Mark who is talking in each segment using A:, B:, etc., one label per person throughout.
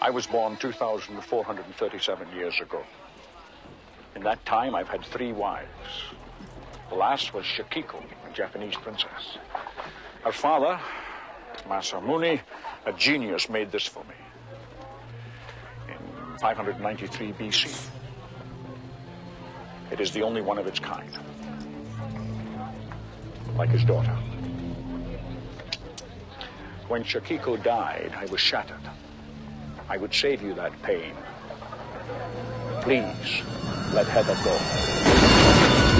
A: I was born 2,437 years ago. In that time, I've had three wives. The last was Shikiko, a Japanese princess. Her father, Masamune, a genius, made this for me in 593 BC. It is the only one of its kind, like his daughter. When Shikiko died, I was shattered. I would save you that pain. Please, let Heather go.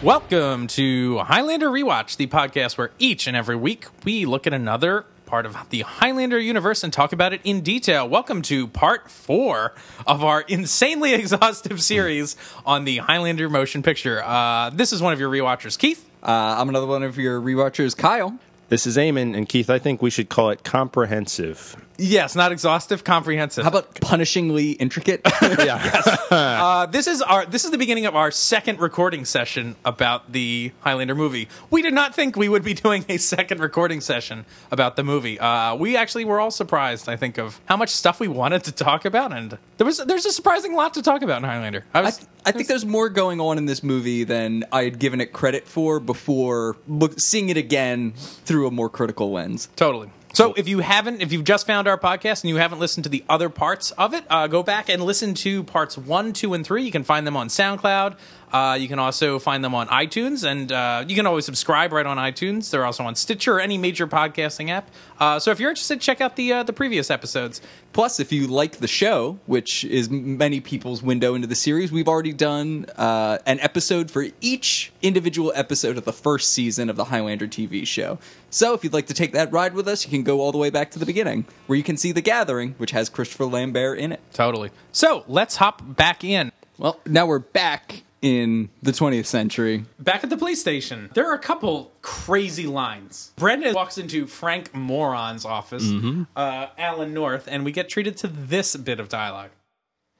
B: Welcome to Highlander Rewatch, the podcast where each and every week we look at another part of the Highlander universe and talk about it in detail. Welcome to part four of our insanely exhaustive series on the Highlander motion picture. Uh, this is one of your rewatchers, Keith.
C: Uh, I'm another one of your rewatchers, Kyle.
D: This is Eamon, and Keith, I think we should call it comprehensive.
B: Yes, not exhaustive, comprehensive.
C: How about punishingly intricate?
D: Yeah.
B: Uh, this is our this is the beginning of our second recording session about the Highlander movie. We did not think we would be doing a second recording session about the movie. Uh, we actually were all surprised. I think of how much stuff we wanted to talk about, and there was there's a surprising lot to talk about in Highlander. I
C: I,
B: was.
C: th- I think there's more going on in this movie than I had given it credit for before look, seeing it again through a more critical lens.
B: Totally. So if you haven't, if you've just found our podcast and you haven't listened to the other parts of it, uh, go back and listen to parts one, two, and three. You can find them on SoundCloud. Uh, you can also find them on iTunes, and uh, you can always subscribe right on iTunes. They're also on Stitcher or any major podcasting app. Uh, so if you're interested, check out the uh, the previous episodes.
C: Plus, if you like the show, which is many people's window into the series, we've already done uh, an episode for each individual episode of the first season of the Highlander TV show. So, if you'd like to take that ride with us, you can go all the way back to the beginning, where you can see The Gathering, which has Christopher Lambert in it.
B: Totally. So let's hop back in.
C: Well, now we're back in the 20th century.
B: Back at the police station, there are a couple crazy lines. Brenda walks into Frank Moron's office, uh, Alan North, and we get treated to this bit of dialogue.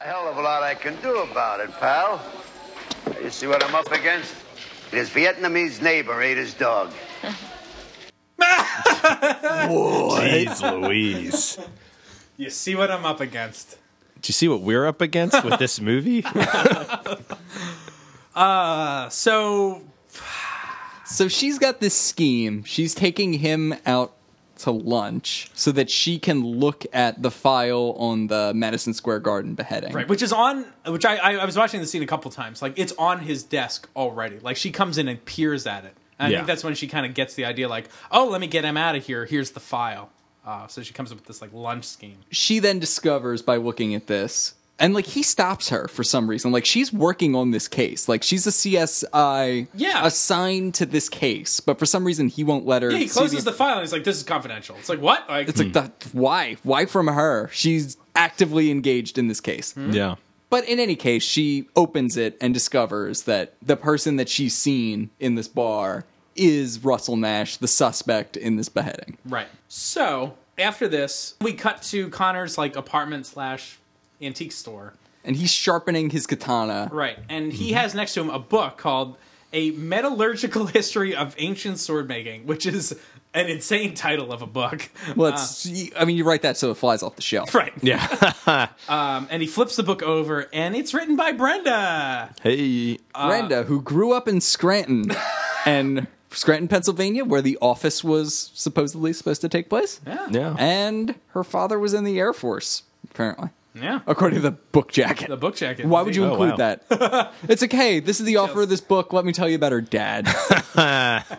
E: A hell of a lot I can do about it, pal. You see what I'm up against? His Vietnamese neighbor ate his dog.
D: Jeez Louise.
B: You see what I'm up against.
D: Do you see what we're up against with this movie?
B: Uh, So
C: So she's got this scheme. She's taking him out to lunch so that she can look at the file on the Madison Square Garden beheading.
B: right, which is on which I I, I was watching the scene a couple times. Like it's on his desk already. Like she comes in and peers at it. And I
D: Yeah.
B: think that's when she kind of gets the idea. Like, oh, let me get him out of here. Here's the file. Uh, so she comes up with this like lunch scheme.
C: She then discovers by looking at this. And like he stops her for some reason. Like she's working on this case. Like she's a CSI
B: Yeah.
C: assigned to this case, but for some reason he won't let her.
B: Yeah, he
C: see
B: closes the file and he's like, "This is confidential." It's like what? Like,
C: It's like the, why? Why from her? She's actively engaged in this case.
B: Hmm.
D: yeah.
C: But in any case, she opens it and discovers that the person that she's seen in this bar is Russell Nash, the suspect in this beheading.
B: Right. So after this, we cut to Connor's like apartment slash antique store.
C: And he's sharpening his katana.
B: Right. Mm-hmm. And he has next to him a book called A Metallurgical History of Ancient Sword Making, which is an insane title of a book.
C: Well, it's, y- I mean, you write that so it flies off the shelf.
B: Right.
D: Yeah.
B: Um, and he flips the book over and it's written by Brenda.
D: Hey.
C: Uh, Brenda, who grew up in Scranton and Scranton, Pennsylvania, where the office was supposedly supposed to take place.
D: Yeah.
C: And her father was in the Air Force, apparently,
B: Yeah.
C: according to the book jacket.
B: The book jacket.
C: Why would you
D: Oh,
C: include
D: wow.
C: that? It's like, hey, this is the offer of this book. Let me tell you about her dad.
B: I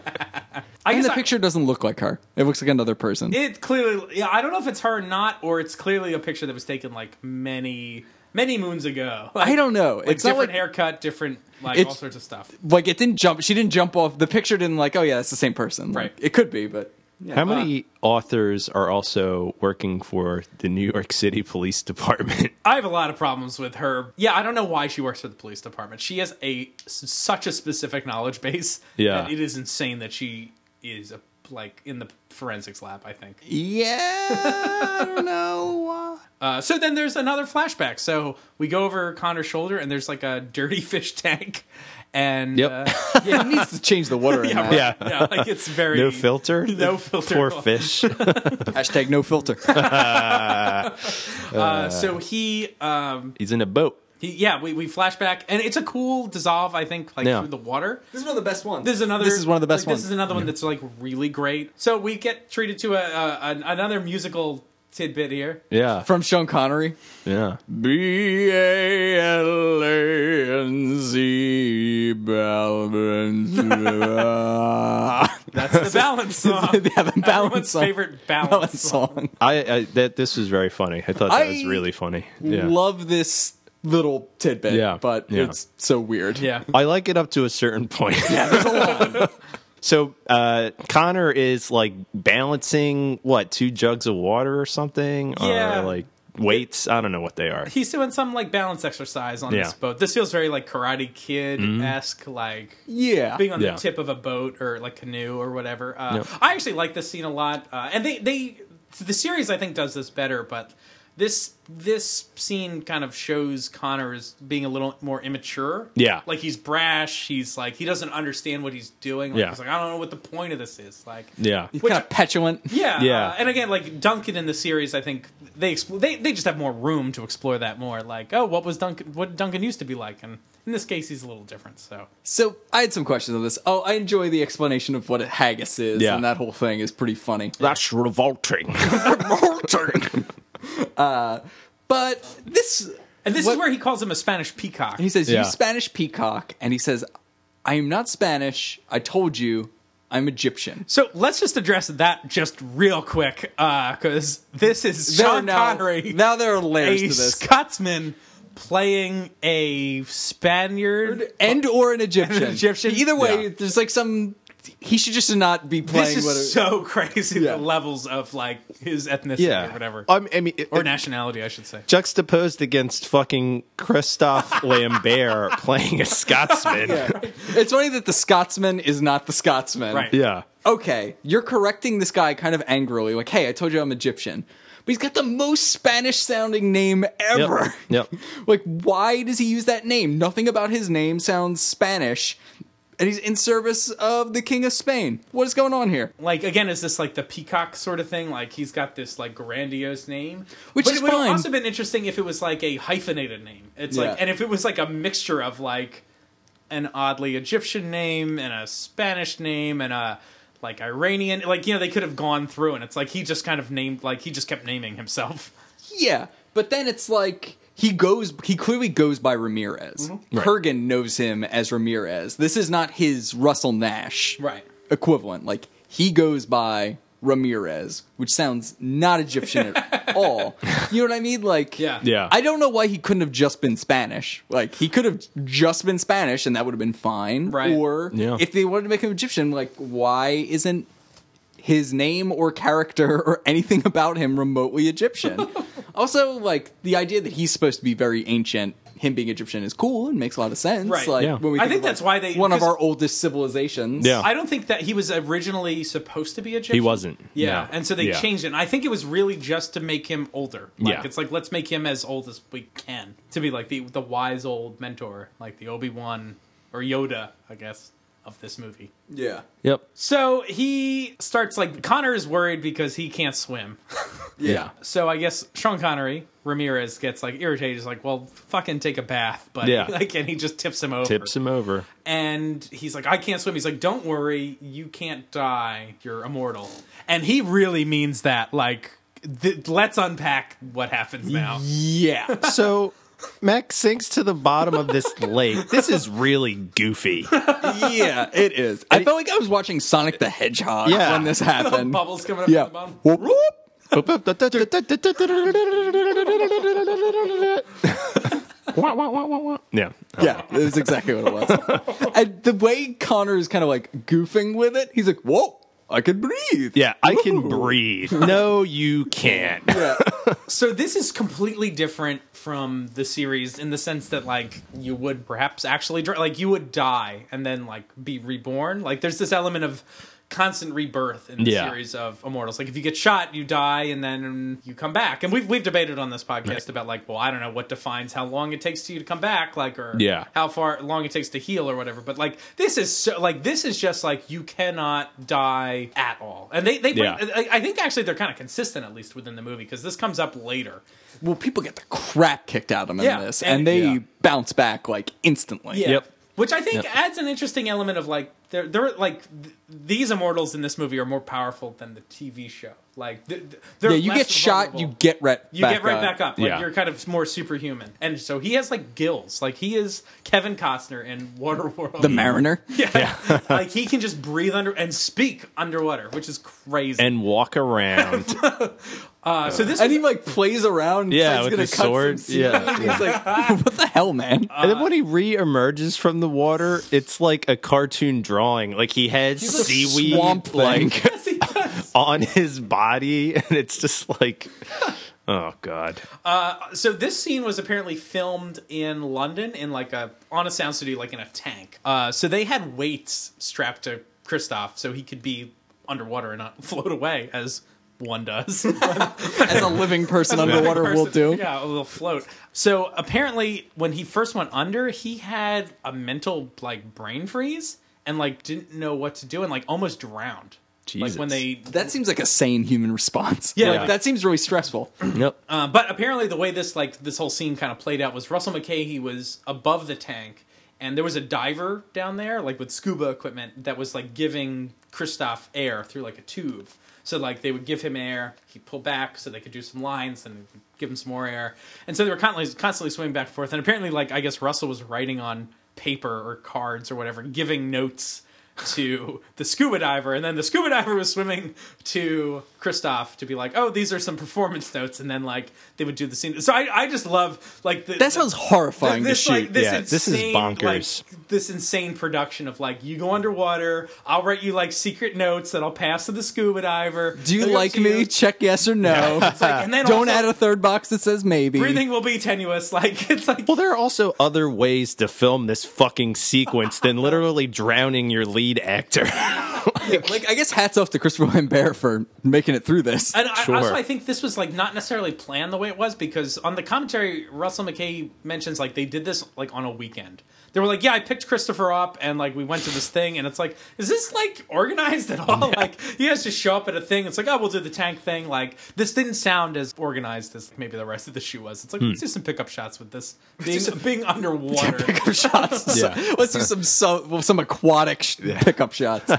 C: And
B: guess
C: the
B: I-
C: picture doesn't look like her. It looks like another person.
B: it clearly yeah, I don't know if it's her or not, or it's clearly a picture that was taken like many many moons ago. Like,
C: I don't know. it's not
B: different
C: like
B: haircut, different like all
C: It's-
B: sorts of stuff.
C: like it didn't jump. She didn't jump off. The picture didn't like. Oh yeah, it's the same person. Like,
B: Right.
C: It could be, but
D: How many authors are also working for the New York City Police Department?
B: I have a lot of problems with her. Yeah, I don't know why she works for the police department. She has a such a specific knowledge base.
D: Yeah.
B: that it is insane that she is a, like in the forensics lab. I think.
C: Yeah, I don't know.
B: Uh, so then there's another flashback. So we go over Connor's shoulder, and there's like a dirty fish tank, and
D: Yep.
B: uh,
C: yeah, he needs to change the water. in that.
D: Yeah.
B: yeah, like it's very
D: No filter?
B: No filter.
D: Poor fish.
C: Hashtag no filter.
B: Uh, so he, um,
D: He's in a boat.
B: he, yeah, we we flashback, and it's a cool dissolve. I think like
D: Yeah.
B: through the water.
C: is one of the best ones.
B: This is another.
C: This is one of the best
B: like,
C: ones.
B: This is another one that's like really great. So we get treated to a, a an, another musical tidbit here.
D: Yeah.
C: From Sean Connery.
D: yeah.
C: B A L A N Z Balance.
B: That's the balance song.
C: yeah, the balance
B: Everyone's
C: song.
B: favorite balance,
C: Balance
B: song.
C: song.
D: I, I that this was very funny. I thought that
C: I
D: was really funny. Yeah.
C: Love this little tidbit.
D: Yeah,
C: but
D: yeah.
C: it's so weird.
B: Yeah.
D: I like it up to a certain point. so uh, Connor is like balancing what two jugs of water or something,
B: Yeah.
D: or like weights. I don't know what they are.
B: He's doing some like balance exercise on this
D: Yeah.
B: boat. This feels very like Karate Kid esque,
C: Mm-hmm.
B: like
C: yeah.
B: being on
D: Yeah.
B: the tip of a boat or like canoe or whatever. Uh,
D: Yep.
B: I actually like this scene a lot, uh, and they they the series I think does this better, but this this scene kind of shows Connor as being a little more immature.
D: Yeah.
B: like he's brash. He's like he doesn't understand what he's doing. Like,
D: Yeah.
B: he's like I don't know what the point of this is. Like
D: Yeah,
C: He's kind of petulant.
B: yeah,
D: Yeah.
B: uh, and again, like Duncan in the series, I think they expl- they they just have more room to explore that more. Like, oh, what was Duncan? What Duncan used to be like, and in this case, he's a little different. So
C: So I had some questions on this. Oh, I enjoy the explanation of what a haggis is,
D: Yeah.
C: and that whole thing is pretty funny.
D: that's revolting.
C: But this,
B: And this is
C: is
B: where he calls him a Spanish peacock.
C: he says,
D: Yeah.
C: "You Spanish peacock," and he says, "I am not Spanish. I told you, I'm Egyptian."
B: so let's just address that just real quick, because this is
C: There are
B: Sean
C: now,
B: Connery,
C: now there are layers to
B: a
C: this,
B: Scotsman playing a Spaniard.
C: and or an Egyptian.
B: Egyptian?
C: Either way,
D: Yeah.
C: there's like some. He should just not be playing.
B: This
C: what
B: is so crazy.
C: Yeah.
B: The levels of like his ethnicity
D: yeah,
B: or whatever,
D: I mean, I mean, it-
B: or
D: it-
B: nationality, I should say.
D: juxtaposed against fucking Christophe Lambert playing a Scotsman. Yeah.
C: it's funny that the Scotsman is not the Scotsman.
B: Right.
C: okay, you're correcting this guy kind of angrily, like, hey, I told you I'm Egyptian. But he's got the most Spanish sounding name ever.
D: Yep.
C: like, why does he use that name? Nothing about his name sounds Spanish. And he's in service of the King of Spain. What is going on here?
B: like again is this like the peacock sort of thing like he's got this like grandiose name
C: Which
B: but
C: is
B: it would
C: fine.
B: have also been interesting if it was like a hyphenated name it's
C: Yeah.
B: like and if it was like a mixture of like an oddly egyptian name and a spanish name and a like iranian like you know they could have gone through and it's like he just kind of named like he just kept naming himself
C: Yeah, but then it's like he goes. He clearly goes by Ramirez.
B: Mm-hmm.
C: Kurgan knows him as Ramirez. This is not his Russell Nash
B: Right.
C: equivalent. Like he goes by Ramirez, which sounds not Egyptian at all. You know what I mean? Like
B: Yeah.
D: Yeah.
C: I don't know why he couldn't have just been Spanish. Like he could have just been Spanish, and that would have been fine.
B: Right.
C: Or
D: Yeah.
C: if they wanted to make him Egyptian, like why isn't his name or character or anything about him remotely Egyptian. also, like the idea that he's supposed to be very ancient, him being Egyptian is cool and makes a lot of sense.
B: Right.
C: Like
D: Yeah.
C: when we
B: I
C: think,
B: think
C: of, like,
B: that's why they-
C: one of
B: because-
C: our oldest civilizations.
D: Yeah.
B: I don't think that he was originally supposed to be Egyptian.
D: Oh. He wasn't.
B: Yeah,
D: No.
B: and so they
D: Yeah.
B: changed it. And I think it was really just to make him older. Like,
D: Yeah.
B: it's like let's make him as old as we can to be like the the wise old mentor, like the Obi Wan or Yoda, I guess, of this movie.
C: yeah,
D: Yep.
B: So he starts like Connor is worried because he can't swim.
C: yeah.
B: So I guess Sean Connery Ramirez gets like irritated. He's like, "Well, fucking take a bath," but
D: Yeah.
B: like, and he just tips him over
D: Tips him over.
B: and he's like, I can't swim. He's like, Don't worry, you can't die. You're immortal. And he really means that. Like, th- let's unpack what happens now.
C: yeah.
D: So Mac sinks to the bottom of this lake. This is really goofy.
C: yeah, it is. I felt like I was watching Sonic the Hedgehog
D: Yeah.
C: when this happened.
B: Bubbles coming up
C: yeah.
B: from the bottom.
C: Whoop, whoop.
D: yeah.
C: Yeah, that's exactly what it was. and the way Connor is kind of like goofing with it, he's like, "Whoa, I can breathe.
D: Yeah, I can
C: Ooh.
D: breathe. No, you can't.
B: So this is completely different from the series in the sense that like you would perhaps actually dr- like you would die and then like be reborn. Like there's this element of constant rebirth in the
D: Yeah.
B: series of Immortals. Like if you get shot, you die and then you come back. And we've we've debated on this podcast about like well I don't know what defines how long it takes to you to come back like or
D: Yeah.
B: how far long it takes to heal or whatever. But like this is so like this is just like you cannot die at all. And they they bring,
D: Yeah.
B: I, I think actually they're kind of consistent at least within the movie because this comes up later.
C: Well, people get the crap kicked out of them
B: Yeah,
C: in this,
B: and-
C: and, they
D: Yeah.
C: bounce back like instantly.
B: Yeah.
D: Yep.
B: Which I think adds an interesting element of like they're they're like th- these immortals in this movie are more powerful than the TV show. Like th- th- they're
C: Yeah, you
B: less
C: get shot,
B: vulnerable.
C: you get right
B: you
C: back
B: get right
C: up.
B: back up. Like
D: Yeah.
B: you're kind of more superhuman. And so he has like gills. Like he is Kevin Costner in Waterworld.
C: The Mariner.
B: Yeah. like he can just breathe under and speak underwater, which is crazy.
D: And walk around.
B: Uh, so this
C: And
B: was-
C: he like plays around.
D: Yeah,
C: he's
D: with
C: gonna
D: his
C: cut some
D: sword.
C: scene,
D: Yeah,
C: and He's like, what the hell, man?
D: and then when he re-emerges from the water, it's like a cartoon drawing. Like he has
C: a
D: seaweed
C: swamp thing.
D: like
B: yes, he does.
D: on his body, and it's just like, oh god.
B: so this scene was apparently filmed in London in like a on a sound studio, like in a tank. Uh, so they had weights strapped to Kristoff so he could be underwater and not float away as one does.
C: As a living person underwater will
B: person-
C: do.
B: Yeah, a little float. So apparently, when he first went under, he had a mental like brain freeze and like didn't know what to do and like almost drowned. Like when
D: Jesus.
B: they
C: That seems like a sane human response.
B: Yeah.
C: Like, that seems really stressful.
D: Yep.
B: Uh, but apparently, the way this like this whole scene kind of played out was Russell McKay. was above the tank, and there was a diver down there, like with scuba equipment, that was like giving Kristoff air through like a tube. So like they would give him air, he'd pull back so they could do some lines, and give him some more air. And so they were constantly constantly swimming back and forth. And apparently, like I guess Russell was writing on paper or cards or whatever, giving notes to the scuba diver, and then the scuba diver was swimming to Kristoff to be like, "Oh, these are some performance notes," and then like they would do the scene. So I, I just love like the,
C: That sounds horrifying
B: this
C: to shoot.
B: like this
D: Yeah,
B: insane,
D: this is bonkers.
B: Like, this insane production of like you go underwater. I'll write you like secret notes that I'll pass to the scuba diver.
C: do you
B: They'll go
C: like
B: to
C: me?
B: you.
C: Check yes or no.
B: It's like, and then
C: Don't
B: also,
C: add a third box that says maybe.
B: Breathing will be tenuous. Like it's like
D: Well, there are also other ways to film this fucking sequence than literally drowning your lead actor.
C: Like I guess hats off to Christopher Lambert for making it through this.
B: And I,
D: Sure.
B: also, I think this was like not necessarily planned the way it was because on the commentary, Russell McKay mentions like they did this like on a weekend. They were like, "Yeah, I picked Christopher up, and like we went to this thing, and it's like, is this like organized at all? Like, you guys just show up at a thing. It's like, oh, we'll do the tank thing. Like, this didn't sound as organized as maybe the rest of the shoot was. It's like,
D: Hmm.
B: let's do some pickup shots with this being, being underwater.
C: pickup shots.
D: Yeah.
C: So- let's do some so, well, some aquatic sh- pickup shots.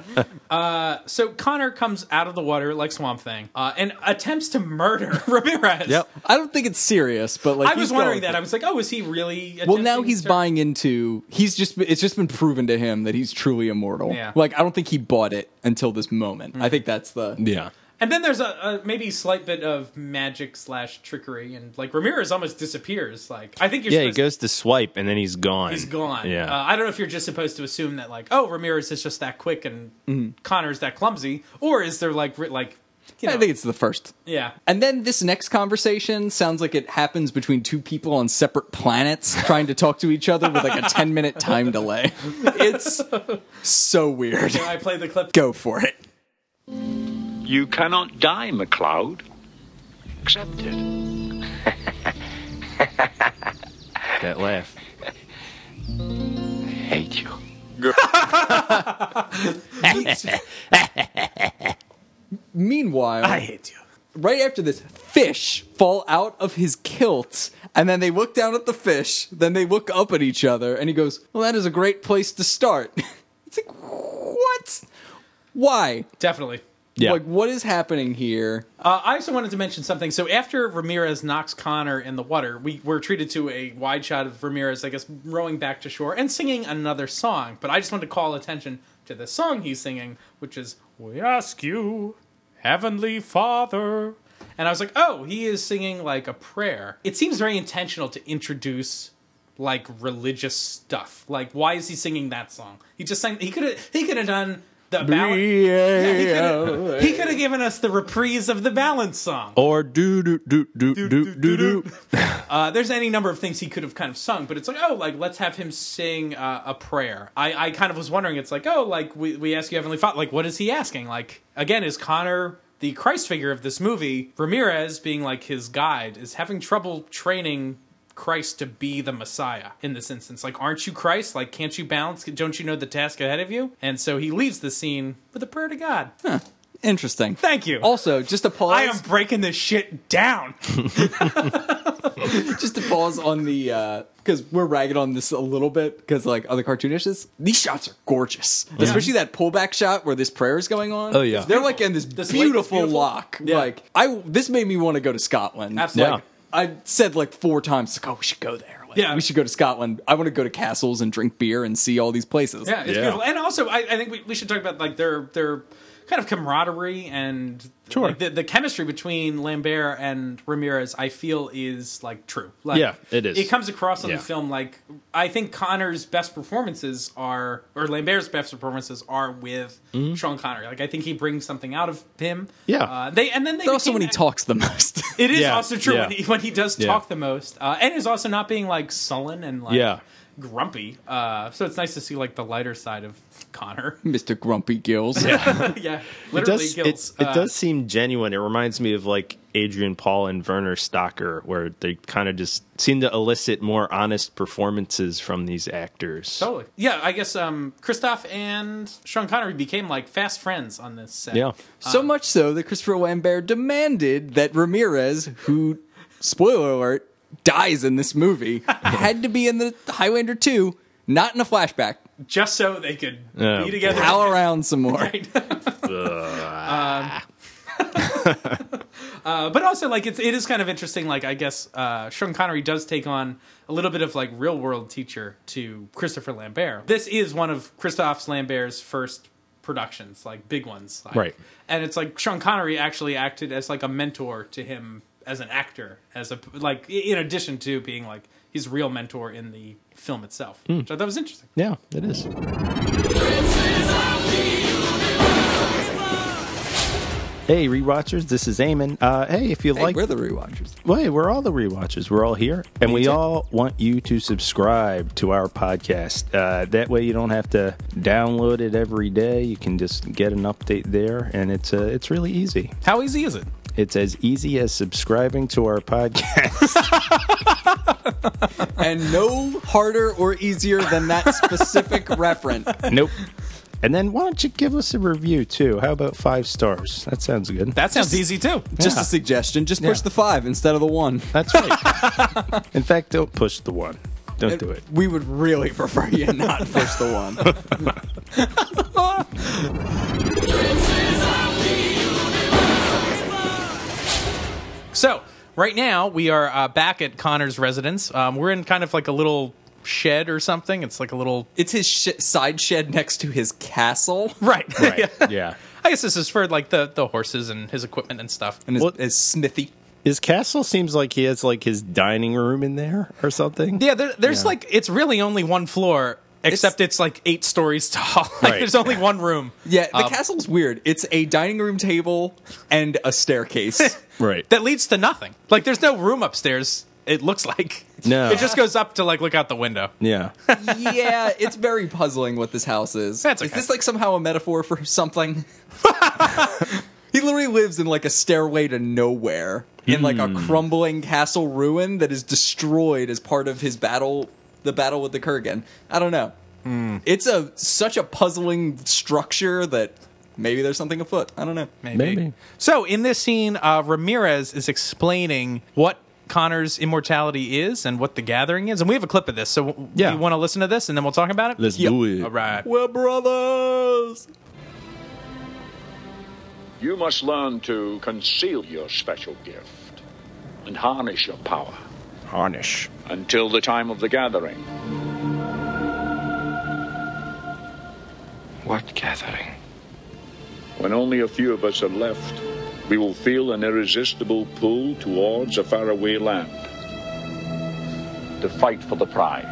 B: So Connor comes out of the water like Swamp Thing uh, and attempts to murder Ramirez.
D: Yep.
C: I don't think it's serious, but like
B: I was
C: he's
B: wondering
C: going
B: that.
C: for
B: I
C: it.
B: was like, oh, is he really?
C: well, now
B: attempting
C: he's
B: to-
C: buying into. He's just. It's just been proven to him that he's truly immortal.
B: Yeah. Mm-hmm.
C: Like I don't think he bought it until this moment. I think that's the.
D: yeah.
B: And then there's a, a maybe slight bit of magic slash trickery, and like Ramirez almost disappears. Like I think you're
D: Yeah, he
B: supposed
D: goes to swipe and then he's gone.
B: he's gone.
D: Yeah.
B: Uh, I don't know if you're just supposed to assume that like oh Ramirez is just that quick and
C: Mm-hmm.
B: Connor's that clumsy, or is there like ri- like you know
C: I think it's the first.
B: yeah.
C: And then this next conversation sounds like it happens between two people on separate planets trying to talk to each other with like a 10 minute time delay. It's so weird.
B: I play the clip.
C: Go for it.
A: You cannot die, McLeod. Accept it.
D: that laugh.
A: Hate you.
C: Meanwhile,
B: hate you.
C: right after this, fish fall out of his kilt, and then they look down at the fish, then they look up at each other, and he goes, Well, that is a great place to start. it's like, What? Why?
B: Definitely.
D: Yeah.
C: Like, what is happening here?
B: Uh, I also wanted to mention something. So after Ramirez knocks Connor in the water, we were treated to a wide shot of Ramirez, I guess, rowing back to shore and singing another song. But I just wanted to call attention to the song he's singing, which is "We Ask You, Heavenly Father." And I was like, "Oh, he is singing like a prayer." It seems very intentional to introduce like religious stuff. Like, why is he singing that song? He just sang. He could have. He could have done The
D: Uh,
B: balance. He could have given us the reprise of the balance song.
D: Or do do do do do do do.
B: Uh, there's any number of things he could have kind of sung, but it's like, oh, like let's have him sing uh, a prayer. I, I kind of was wondering, it's like, oh, like we, we ask you, Heavenly Father, like what is he asking? Like again, is Connor the Christ figure of this movie? Ramirez being like his guide is having trouble training Christ to be the Messiah in this instance. Like, aren't you Christ? Like, can't you balance? Don't you know the task ahead of you? And so he leaves the scene with a prayer to God.
C: Interesting.
B: Thank you.
C: Also, just to pause,
B: I am breaking this shit down.
C: just to pause on the because we're ragging on this a little bit because like other cartoonishes, these shots are gorgeous, especially that pullback shot where this prayer is going on.
D: Oh, yeah.
C: they're like in this,
B: This lake is
C: beautiful,
B: beautiful.
C: lock.
B: Yeah.
C: Like I, this made me want to go to Scotland.
B: Absolutely.
C: Like, I said like four times, like, oh, we should go there. Like,
B: Yeah.
C: we should go to Scotland. I want to go to castles and drink beer and see all these places.
B: Yeah, it's
D: Yeah.
B: beautiful. And also, I, I think we, we should talk about like their their kind of camaraderie and
D: Sure.
B: like, the, the chemistry between Lambert and Ramirez. I feel is like true. Like,
D: Yeah, it is.
B: It comes across on
D: Yeah.
B: the film like I think Connor's best performances are or Lambert's best performances are with Sean Connery. Like I think he brings something out of him.
D: Mm-hmm. Yeah.
B: uh, they and then they
C: But also
B: became-
C: when he talks the most.
B: It is
D: Yeah,
B: also true when,
D: yeah.
B: he, when he does
D: Yeah.
B: talk the most, uh, and is also not being like sullen and like
D: Yeah.
B: grumpy. Uh, so it's nice to see like the lighter side of Connor.
C: Mr. Grumpy Gills.
B: yeah,
D: Hmm. It
B: literally
D: does,
B: Gills.
D: it, it
B: uh,
D: does seem genuine. It reminds me of like Adrian Paul and Werner Stocker, where they kind of just seem to elicit more honest performances from these actors.
B: Totally. Yeah, I guess um, Christoph and Sean Connery became like fast friends on this set.
D: Yeah.
C: So much so that Christopher Lambert demanded that Ramirez, who, spoiler alert, dies in this movie, had to be in the Highlander 2, not in a flashback.
B: just so they could
D: Oh,
B: be together.
C: Howl around some more.
B: but also like it's it is kind of interesting like i guess uh sean connery does take on a little bit of like real world teacher to christopher lambert this is one of christophe lambert's first productions like big ones like.
D: Right.
B: and it's like sean connery actually acted as like a mentor to him as an actor as a like i- in addition to being like his real mentor in the film itself which i thought was interesting
D: Yeah, it is. Hey, rewatchers, this is Eamon. Uh, hey, if you
C: Hey,
D: like
C: we're the rewatchers.
D: Wait, we're all the rewatchers. We're all here, and we
C: too.
D: all want you to subscribe to our podcast. Uh, that way, you don't have to download it every day. You can just get an update there, and it's uh, it's really easy.
B: how easy is it
D: It's as easy as subscribing to our podcast.
C: And no harder or easier than that specific reference.
D: nope. And then, why don't you give us a review too? How about five stars? That sounds good.
B: that sounds easy too
C: Just
D: Yeah.
C: a suggestion. Just push
D: Yeah.
C: the five instead of the one.
D: That's right. In fact, don't push the one. Don't do it.
C: We would really prefer you not push the one.
B: So right now we are uh, back at Connor's residence. Um, we're in kind of like a little shed or something. It's like a little
C: It's his sh- side shed next to his castle
B: right. Yeah.
D: Yeah.
B: I guess this is for like the the horses and his equipment and stuff.
C: and his,
D: What-
C: his smithy.
D: His castle seems like he has like his dining room in there or something.
B: Yeah, there, there's
D: Yeah.
B: like it's really only one floor. Except it's, like eight stories tall. like
D: Right.
B: there's only one room.
C: Yeah, the
B: um,
C: castle's weird. It's a dining room table and a staircase.
D: Right.
B: that leads to nothing. Like there's no room upstairs. It looks like
D: No.
B: It just goes up to like look out the window.
D: Yeah.
C: yeah, it's very puzzling what this house is.
B: That's
C: Is
B: okay.
C: this like somehow a metaphor for something? he literally lives in like a stairway to nowhere in like
B: Hmm.
C: a crumbling castle ruin that is destroyed as part of his battle the battle with the Kurgan. I don't know.
B: Hmm.
C: It's a such a puzzling structure that maybe there's something afoot. I don't know.
D: Maybe.
B: So in this scene, uh, Ramirez is explaining what Connor's immortality is and what the gathering is, and we have a clip of this. So w-
D: Yeah.
B: you want to listen to this, and then we'll talk about it.
D: Let's
C: Yep.
D: do it.
B: All right.
C: We're brothers.
A: You must learn to conceal your special gift and harness your power
D: Harnish.
A: until the time of the gathering.
F: What gathering?
A: When only a few of us are left, we will feel an irresistible pull towards a faraway land to fight for the prize.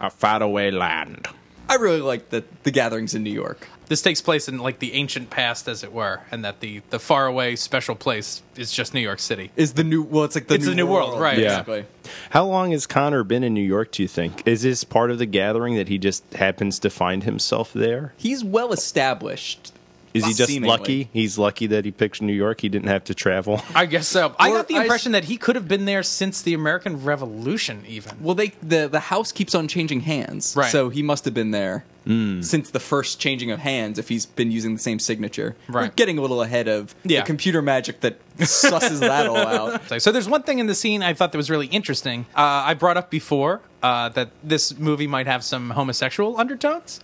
D: A faraway land.
C: I really like the the gatherings in New York.
B: This takes place in like the ancient past, as it were, and that the the faraway special place is just New York City.
C: Is the new well? It's like the
B: It's
C: new
B: the New World, right.
D: Yeah.
C: Exactly.
D: How long has Connor been in New York, do you think? Is this part of the gathering that he just happens to find himself there?
C: He's well established.
D: Is he just
C: Seemingly.
D: lucky? He's lucky that he picked New York. He didn't have to travel.
B: I guess so. I
C: uh, Or
B: got the
C: I s-
B: impression that he could have been there since the American Revolution, even.
C: Well, they the the house keeps on changing hands,
B: Right.
C: So he must have been there
D: Hmm.
C: since the first changing of hands. If he's been using the same signature, We're
B: Right.
C: getting a little ahead of
B: Yeah.
C: the computer magic that susses that all out.
B: So there's one thing in the scene I thought that was really interesting. Uh, I brought up before uh, that this movie might have some homosexual undertones,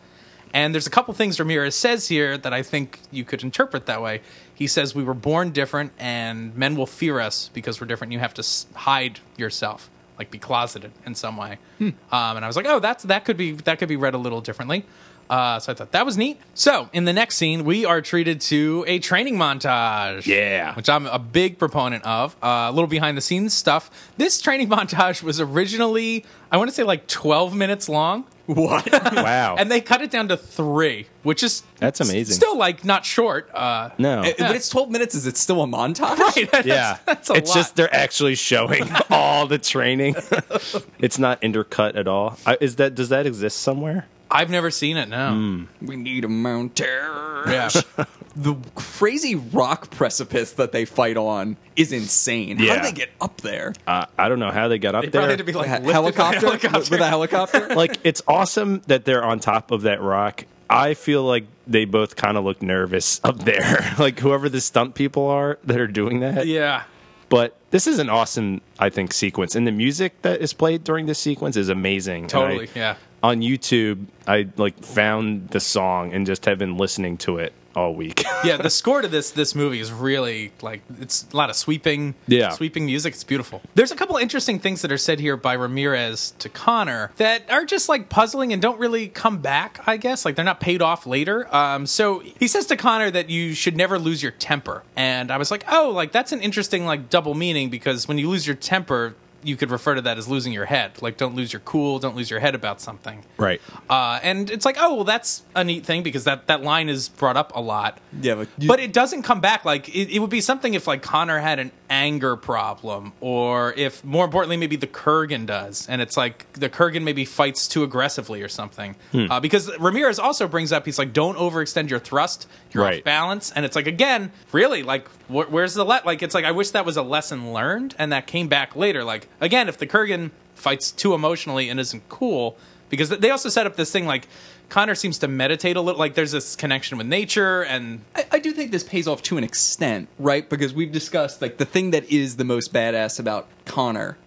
B: and there's a couple things Ramirez says here that I think you could interpret that way. He says we were born different, and men will fear us because we're different. You have to s- hide yourself, like be closeted in some way. Um, and I was like, oh, that's that could be that could be read a little differently. Uh, so I thought that was neat. So in the next scene, we are treated to a training montage
D: Yeah.
B: which I'm a big proponent of. Uh, a little behind the scenes stuff. This training montage was originally, I want to say, like 12 minutes long,
C: What?
D: wow.
B: and they cut it down to three, which is
D: Oh. That's
B: s-
D: amazing.
B: Still, like, not short. Uh,
D: no.
C: But it's twelve minutes. Is it still a montage?
D: yeah.
B: that's a
D: it's
B: lot.
D: just they're actually showing all the training. it's not intercut at all. I, is that does that exist somewhere?
B: I've never seen it. No.
C: We need a mountain.
D: Hmm.
B: Yeah.
C: the crazy rock precipice that they fight on is insane. How
D: Yeah.
C: do they get up there?
D: Uh, I don't know how they got up
B: They
D: there.
B: probably had to be like
C: Ha-
B: lifted by
C: helicopter?
B: a
C: With- with a helicopter.
D: like it's awesome that they're on top of that rock. I feel like they both kind of look nervous up there. like whoever the stunt people are that are doing that.
B: yeah.
D: But this is an awesome, I think, sequence, and the music that is played during this sequence is amazing. And I-
B: Totally. yeah.
D: On YouTube, I like found the song and just have been listening to it all week.
B: Yeah. The score to this this movie is really like it's a lot of sweeping,
D: Yeah.
B: sweeping music. It's beautiful. There's a couple of interesting things that are said here by Ramirez to Connor that are just like puzzling and don't really come back. I guess like they're not paid off later. Um, so he says to Connor that you should never lose your temper, and I was like, oh, like that's an interesting like double meaning because when you lose your temper. You could refer to that as losing your head. Like, don't lose your cool, don't lose your head about something.
D: right.
B: Uh, and it's like, oh, well, that's a neat thing because that, that line is brought up a lot.
C: Yeah, but you-
B: but it doesn't come back. Like, it, it would be something if, like, Connor had an anger problem, or if, more importantly, maybe the Kurgan does. And it's like the Kurgan maybe fights too aggressively or something. Uh, because Ramirez also brings up, he's like, don't overextend your thrust, you're off
D: Right.
B: balance. And it's like, again, really, like, wh- where's the let? Like, it's like, I wish that was a lesson learned and that came back later. Like, again, if the Kurgan fights too emotionally and isn't cool, because th- they also set up this thing like Connor seems to meditate a little. Like, there's this connection with nature and
C: I, I do think this pays off to an extent, right? Because we've discussed like the thing that is the most badass about Connor,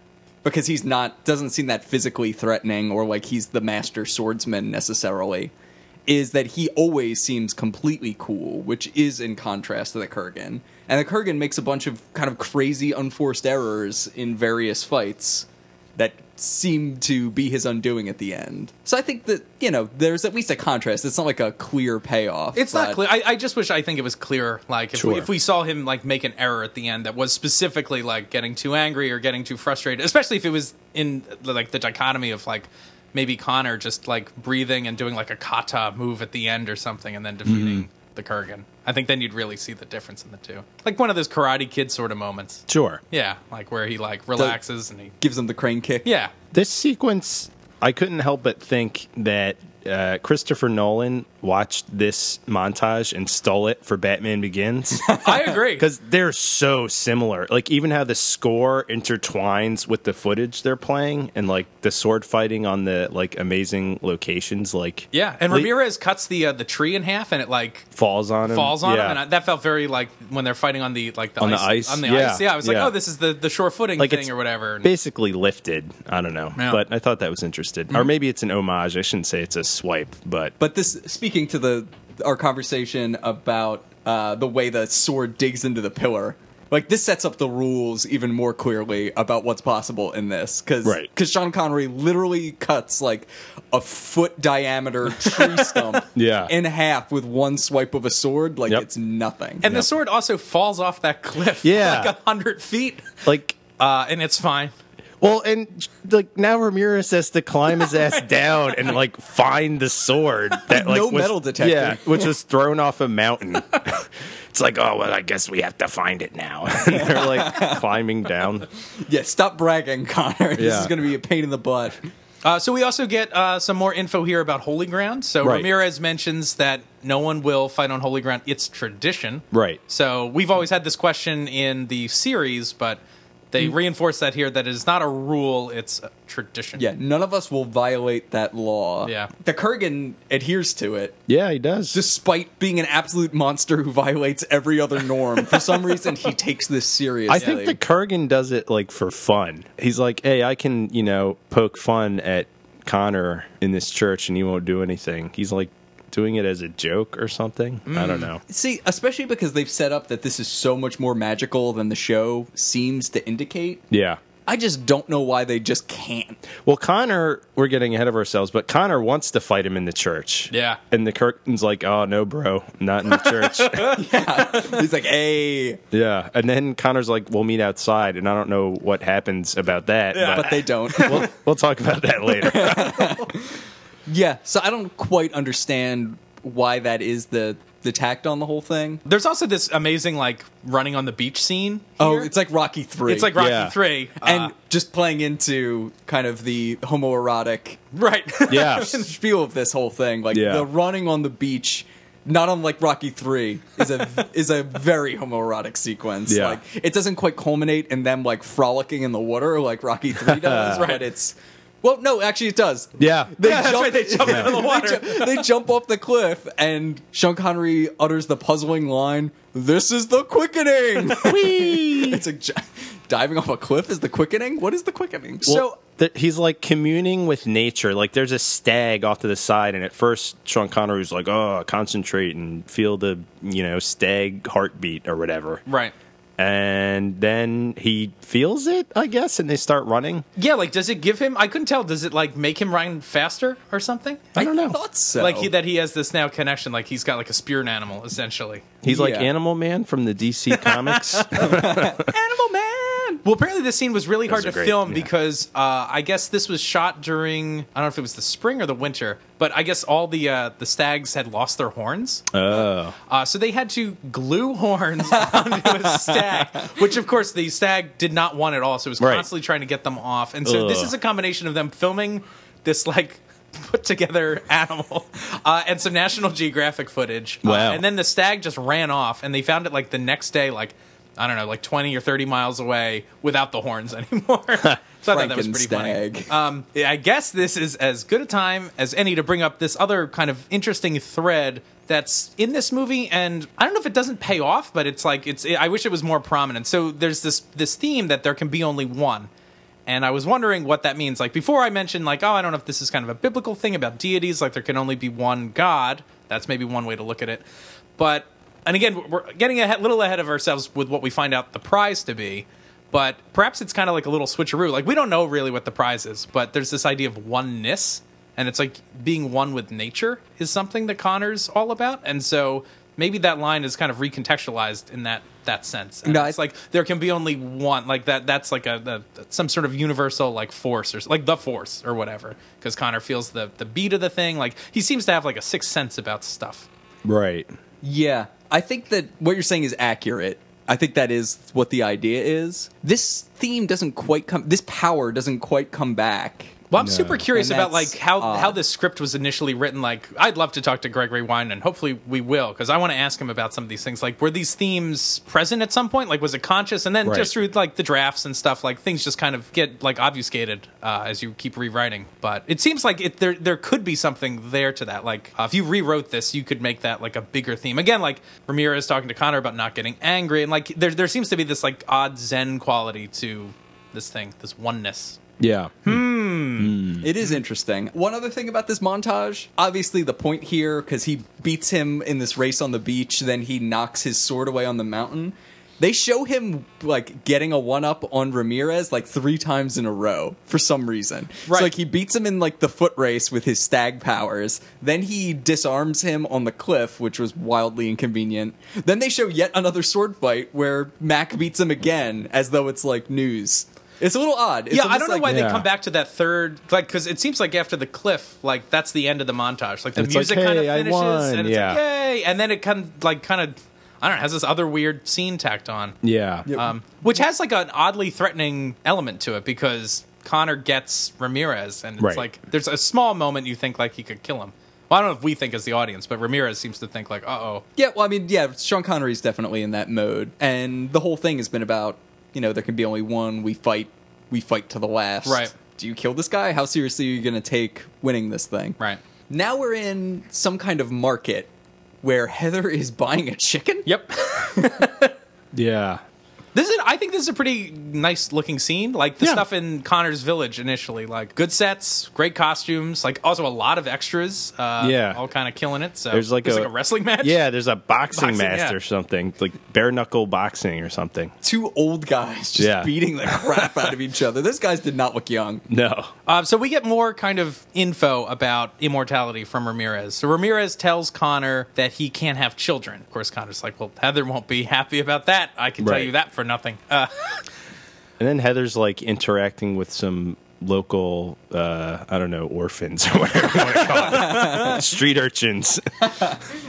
C: because he's not doesn't seem that physically threatening or like he's the master swordsman necessarily, is that he always seems completely cool, which is in contrast to the Kurgan. And the Kurgan makes a bunch of kind of crazy unforced errors in various fights that seem to be his undoing at the end. So I think that, you know, there's at least a contrast. It's not like a clear payoff.
B: It's
C: but-
B: not clear. I, I just wish I think it was clearer. Like if, we,
D: Sure.
B: if we saw him like make an error at the end that was specifically like getting too angry or getting too frustrated, especially if it was in like the dichotomy of like maybe Connor just like breathing and doing like a kata move at the end or something, and then defeating the Kurgan. I think then you'd really see the difference in the two. Like one of those Karate Kid sort of moments.
D: Sure.
B: Yeah, like where he like relaxes and he.
C: gives him the crane kick.
B: Yeah,
D: This sequence, I couldn't help but think that uh, Christopher Nolan watched this montage and stole it for Batman Begins.
B: I agree.
D: because they're so similar. Like even how the score intertwines with the footage they're playing, and like the sword fighting on the like amazing locations, like
B: yeah, and
D: Le-
B: Ramirez cuts the uh, the tree in half, and it like
D: falls on him,
B: falls on
D: yeah.
B: him, and I, that felt very like when they're fighting on the like the
D: On the
B: ice,
D: ice?
B: on the
D: Yeah,
B: ice. Yeah, I was like,
D: yeah.
B: oh, this is the the shore footing
D: Like,
B: thing
D: it's
B: or whatever. And-
D: Basically lifted. I don't know,
B: Yeah. Mm.
D: but I thought that was interesting. Or maybe it's an homage. I shouldn't say it's a swipe, but
C: But this, speaking to the our conversation about uh, the way the sword digs into the pillar, like this sets up the rules even more clearly about what's possible in this, because
D: Right.
C: Sean Connery literally cuts like a foot diameter tree stump
D: Yeah.
C: in half with one swipe of a sword, like
D: Yep.
C: it's nothing.
B: and the
D: Yep.
B: sword also falls off that cliff,
D: Yeah.
B: like a hundred feet,
D: like
B: uh, and it's fine.
F: Well, and like now Ramirez has to climb his ass down and like find the sword that like
C: No
F: was-
C: metal detector.
F: yeah, which was thrown off a mountain. it's like, oh well, I guess we have to find it now. and they're like climbing down.
C: Yeah, stop bragging, Connor. This
F: Yeah.
C: is going to be a pain in the butt.
B: Uh, so we also get uh, some more info here about holy ground. So
D: Right.
B: Ramirez mentions that no one will fight on holy ground; it's tradition.
D: Right.
B: So we've always had this question in the series, but they
D: Mm.
B: reinforce that here that it is not a rule; it's a tradition.
C: Yeah, none of us will violate that law.
B: Yeah.
C: The Kurgan adheres to it,
D: Yeah, he does.
C: despite being an absolute monster who violates every other norm. For some reason, he takes this seriously.
D: I think the Kurgan does it like for fun. He's like, hey, I can, you know, poke fun at Connor in this church and he won't do anything. He's like doing it as a joke or something. I
C: Mm.
D: don't know.
C: See, especially because they've set up that this is so much more magical than the show seems to indicate.
D: Yeah.
C: I just don't know why they just can't.
D: Well, Connor, we're getting ahead of ourselves, but Connor wants to fight him in the church.
B: Yeah.
D: And the Kurgan's like, oh, no, bro, not in the church.
C: He's like, hey,
D: yeah. And then Connor's like, we'll meet outside. And I don't know what happens about that.
C: but they don't.
D: we'll, we'll talk about that later.
C: yeah, so I don't quite understand why that is the the tact on the whole thing.
B: There's also this amazing like running on the beach scene.
C: Oh,
B: here.
C: it's like Ah. Rocky Three.
B: it's like Rocky
D: Yeah.
B: Three,
C: and
B: Uh,
C: just playing into kind of the homoerotic
B: right.
D: yeah.
C: spiel of this whole thing, like
D: Yeah.
C: the running on the beach, not unlike Rocky Three, is a is a very homoerotic sequence.
D: Yeah.
C: Like it doesn't quite culminate in them like frolicking in the water like Rocky Three does, but it's well, no, actually it does.
D: Yeah.
C: They
B: Yeah, that's
C: jump,
B: right, they jump into the water.
C: they, ju- they jump off the cliff, and Sean Connery utters the puzzling line, "This is the quickening." it's like ju- diving off a cliff is the quickening. What is the quickening?
D: so th- he's like communing with nature. Like there's a stag off to the side, and at first Sean Connery's like, "Oh, concentrate and feel the you know stag heartbeat or whatever."
B: Right.
D: And then he feels it, I guess, and they start running.
B: Yeah. Like, does it give him? I couldn't tell. Does it like make him run faster or something?
D: I don't know.
C: thought so.
B: Like he, that he has this now connection. Like he's got like a spirit animal essentially.
D: He's like
C: Yeah.
D: Animal Man from the DC comics.
B: Animal Man. Well, apparently this scene was really hard
D: are
B: to
D: great,
B: film
D: yeah.
B: because uh, I guess this was shot during I don't know if it was the spring or the winter, but I guess all the uh, the stags had lost their horns,
D: oh,
B: uh, so they had to glue horns onto a stag, which of course the stag did not want at all. So it was
D: Right.
B: constantly trying to get them off, and so this
D: Ugh.
B: is a combination of them filming this like. Put together animal uh, and some National Geographic footage. Uh,
D: Wow.
B: and then the stag just ran off, and they found it like the next day, like I don't know, like twenty or thirty miles away, without the horns anymore. so I thought that was pretty funny.
C: Frankenstag.
B: Um, I guess this is as good a time as any to bring up this other kind of interesting thread that's in this movie, and I don't know if it doesn't pay off, but it's like it's. I wish it was more prominent. So there's this this theme that there can be only one. And I was wondering what that means. Like before, I mentioned like, oh, I don't know if this is kind of a biblical thing about deities. Like there can only be one God. That's maybe one way to look at it. But and again, we're getting a he- little ahead of ourselves with what we find out the prize to be. But perhaps it's kind of like a little switcheroo. Like we don't know really what the prize is, but there's this idea of oneness, and it's like being one with nature is something that Connor's all about. And so maybe that line is kind of recontextualized in that that sense. And
C: No,
B: it's
C: I-
B: like there can be only one. Like that that's like a, a some sort of universal like force or s- like the force or whatever. Because Connor feels the the beat of the thing. Like he seems to have like a sixth sense about stuff.
D: right.
C: Yeah, I think that what you're saying is accurate. I think that is what the idea is. This theme doesn't quite come. This power doesn't quite come back.
B: Well, I'm super curious
C: And
B: about
C: that's
B: like how
C: odd.
B: how this script was initially written. Like, I'd love to talk to Gregory Wineland. Hopefully, we will because I want to ask him about some of these things. Like, were these themes present at some point? Like, was it conscious? And then
D: Right.
B: just through like the drafts and stuff, like things just kind of get like obfuscated uh, as you keep rewriting. But it seems like it there there could be something there to that. Like, uh, if you rewrote this, you could make that like a bigger theme. Again, like Ramirez talking to Connor about not getting angry, and like there there seems to be this like odd Zen quality to this thing, this oneness.
D: Yeah.
C: Hmm. It is interesting. One other thing about this montage, obviously the point here, because he beats him in this race on the beach, then he knocks his sword away on the mountain. They show him like getting a one up on Ramirez like three times in a row for some reason.
B: Right.
C: So, like he beats him in like the foot race with his stag powers. Then he disarms him on the cliff, which was wildly inconvenient. Then they show yet another sword fight where Mac beats him again as though it's like news. It's a little odd. It's
B: yeah, I
C: almost
B: don't know
C: like-
B: why they
D: Yeah.
B: come back to that third, like, because it seems like after the cliff, like that's the end of the montage. Like the
D: And it's like,
B: music kind of
D: "Hey, I
B: finishes,
D: won,"
B: and it's like,
D: yeah.
B: yay! And then it kind of, like, kind of, I don't know, has this other weird scene tacked on,
D: Yeah.
B: um, which has like an oddly threatening element to it because Connor gets Ramirez, and it's
D: Right.
B: like there's a small moment you think like he could kill him. Well, I don't know if we think as the audience, but Ramirez seems to think like, uh oh,
C: Yeah, well, I mean, yeah, Sean Connery's definitely in that mode, and the whole thing has been about you know there can be only one. We fight, we fight to the last.
B: Right.
C: Do you kill this guy? How seriously are you going to take winning this thing?
B: right,
C: Now we're in some kind of market where Heather is buying a chicken.
B: yep.
D: Yeah.
B: This is, I think this is a pretty nice looking scene. Like the
D: Yeah.
B: stuff in Connor's village initially, like good sets, great costumes, like also a lot of extras. Uh,
D: Yeah.
B: all kind of killing it. So
D: There's like,
B: there's
D: a,
B: like a wrestling match.
D: Yeah, there's a boxing,
B: Boxing,
D: match
B: yeah.
D: or something, like bare knuckle boxing or something.
C: Two old guys just
D: Yeah.
C: beating the crap out of each other. Those guys did not look young.
D: No.
B: Uh, so we get more kind of info about immortality from Ramirez. So Ramirez tells Connor that he can't have children. Of course, Connor's like, "Well, Heather won't be happy about that. I can tell
D: Right.
B: you that for nothing." Uh,
D: And then Heather's like interacting with some local, uh, I don't know, orphans or whatever you want to call it. Street urchins.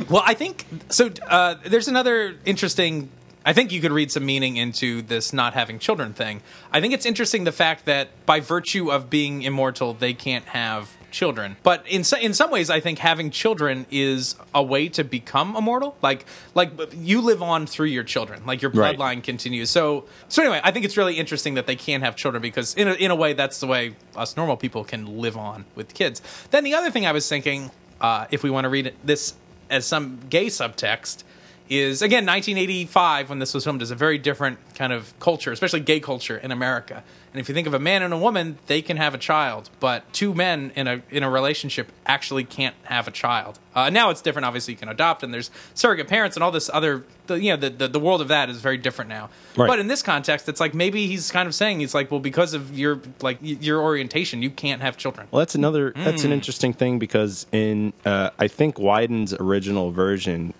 B: Well, I think so. Uh, there's another interesting. I think you could read some meaning into this not having children thing. I think it's interesting the fact that by virtue of being immortal, they can't have children. But in so, in some ways, I think having children is a way to become immortal. Like like you live on through your children. Like your bloodline
D: Right.
B: continues. So so anyway, I think it's really interesting that they can have children because in a, in a way that's the way us normal people can live on with kids. Then the other thing I was thinking, uh, if we want to read it- this as some gay subtext, is again 1985 when this was filmed is a very different kind of culture, especially gay culture in America. And if you think of a man and a woman, they can have a child, but two men in a in a relationship actually can't have a child. Uh, now it's different. Obviously, you can adopt, and there's surrogate parents and all this other. The, you know, the, the the world of that is very different now.
D: Right.
B: But in this context, it's like maybe he's kind of saying he's like, well, because of your like y- your orientation, you can't have children.
D: Well, that's another. That's an
B: Hmm.
D: interesting thing because in uh, I think Wyden's original version,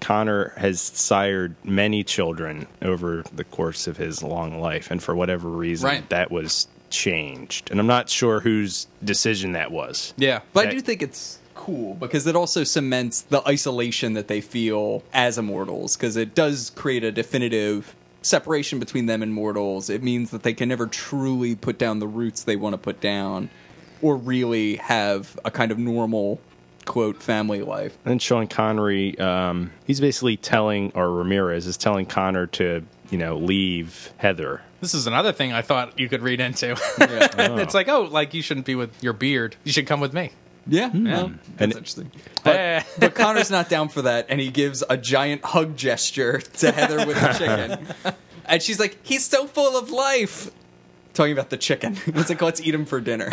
D: Connor has sired many children over the course of his long life, and for whatever reason,
B: Right.
D: that was changed. And I'm not sure whose decision that was.
B: Yeah,
C: But I
D: Okay.
C: do think it's cool because it also cements the isolation that they feel as immortals because it does create a definitive separation between them and mortals. It means that they can never truly put down the roots they want to put down or really have a kind of normal quote family life.
D: And Sean Connery, um, he's basically telling, or Ramirez is telling Connor to, you know, leave Heather.
B: this is another thing I thought you could read into.
C: Yeah.
B: it's like, oh, like you shouldn't be with your beard. You should come with me.
C: yeah. well, that's
D: And-
C: interesting.
B: Eh.
C: But, but Connor's not down for that, and he gives a giant hug gesture to Heather with the chicken. And she's like, he's so full of life. Talking about the chicken. It's like, let's eat him for dinner.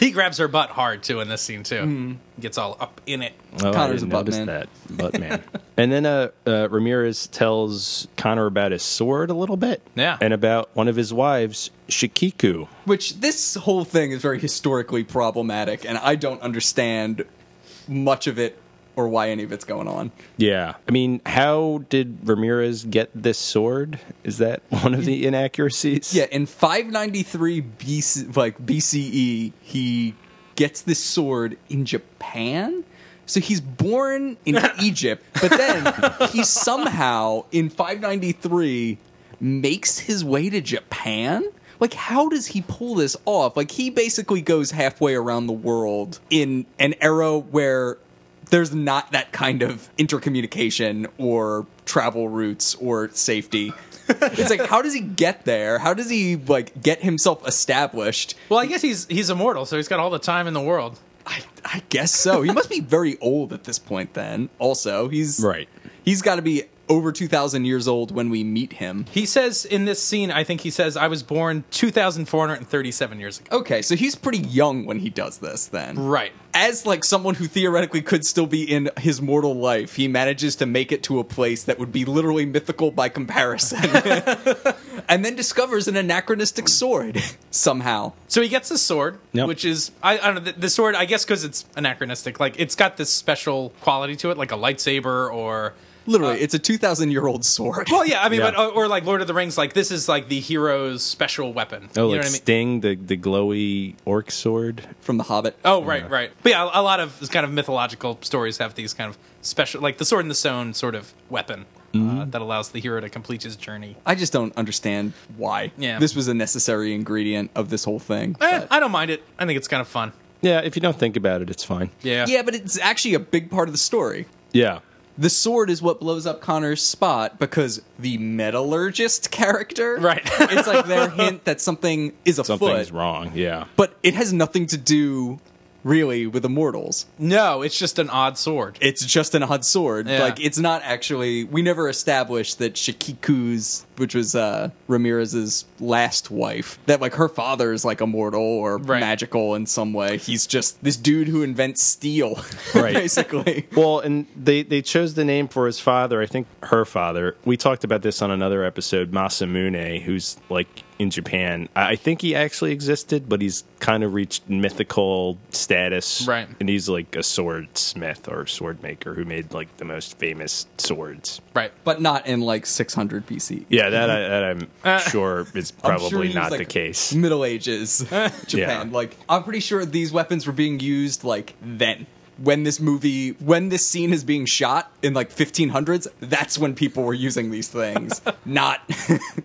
B: He grabs her butt hard too in this scene too. Gets all up in it.
D: Oh,
C: Connor's
D: I
C: a
D: didn't
C: butt
D: notice
C: man.
D: that. Butt man. and then uh, uh, Ramirez tells Connor about his sword a little bit.
B: Yeah.
D: And about one of his wives, Shikiku.
C: Which this whole thing is very historically problematic, and I don't understand much of it or why any of it's going on.
D: Yeah. I mean, how did Ramirez get this sword? Is that one of the inaccuracies?
C: Yeah, in 593 BC, like BCE, he gets this sword in Japan. So he's born in Egypt, but then he somehow in 593 makes his way to Japan. Like, how does he pull this off? Like, he basically goes halfway around the world in an era where there's not that kind of intercommunication or travel routes or safety. it's like how does he get there? How does he like get himself established?
B: Well, I guess he's he's immortal, so he's got all the time in the world.
C: I, I guess so. He must be very old at this point then. Also, he's
D: Right.
C: He's got to be over 2000 years old when we meet him.
B: He says in this scene, I think he says, "I was born 2,437 years ago."
C: Okay, so he's pretty young when he does this then.
B: Right.
C: As like someone who theoretically could still be in his mortal life, he manages to make it to a place that would be literally mythical by comparison. and then discovers an anachronistic sword somehow.
B: So he gets the sword,
D: Yep.
B: which is I, I don't know the, the sword. I guess because it's anachronistic, like it's got this special quality to it, like a lightsaber or
C: Literally, it's a two thousand year old sword.
B: Well, yeah, I mean,
D: Yeah.
B: but or like Lord of the Rings, like this is like the hero's special weapon. you
D: Oh,
B: know
D: like
B: what I mean?
D: Sting, the the glowy orc sword.
C: From the Hobbit.
B: Oh, right, right. But yeah, a lot of kind of mythological stories have these kind of special, like the sword in the stone sort of weapon uh,
D: Mm-hmm.
B: that allows the hero to complete his journey.
C: I just don't understand why
B: Yeah.
C: this was a necessary ingredient of this whole thing.
B: Eh,
C: but-
B: I don't mind it. I think it's kind of fun.
D: Yeah, if you don't think about it, it's fine.
B: Yeah.
C: yeah, but it's actually a big part of the story.
D: Yeah.
C: The sword is what blows up Connor's spot because the metallurgist character.
B: Right.
C: it's like their hint that something is afoot.
D: Something's wrong. Yeah.
C: But it has nothing to do really with immortals.
B: No, it's just an odd sword.
C: It's just an odd sword.
B: Yeah.
C: Like it's not actually we never established that Shikiku's which was uh Ramirez's last wife, that like her father is like immortal or
B: Right.
C: magical in some way. He's just this dude who invents steel.
D: Right.
C: basically.
D: Well, and they, they chose the name for his father. I think her father. We talked about this on another episode. Masamune, who's like in Japan. I I think he actually existed, but he's kind of reached mythical status.
B: Right.
D: And he's like a swordsmith or sword maker who made like the most famous swords.
B: Right.
C: But not in like six hundred E. BC.
D: Yeah, that, I, that I'm sure is
C: I'm
D: probably
C: sure he was,
D: not the
C: like,
D: case.
C: Middle Ages Japan. Like I'm pretty sure these weapons were being used like then. When this movie, when this scene is being shot in like 1500s, that's when people were using these things, not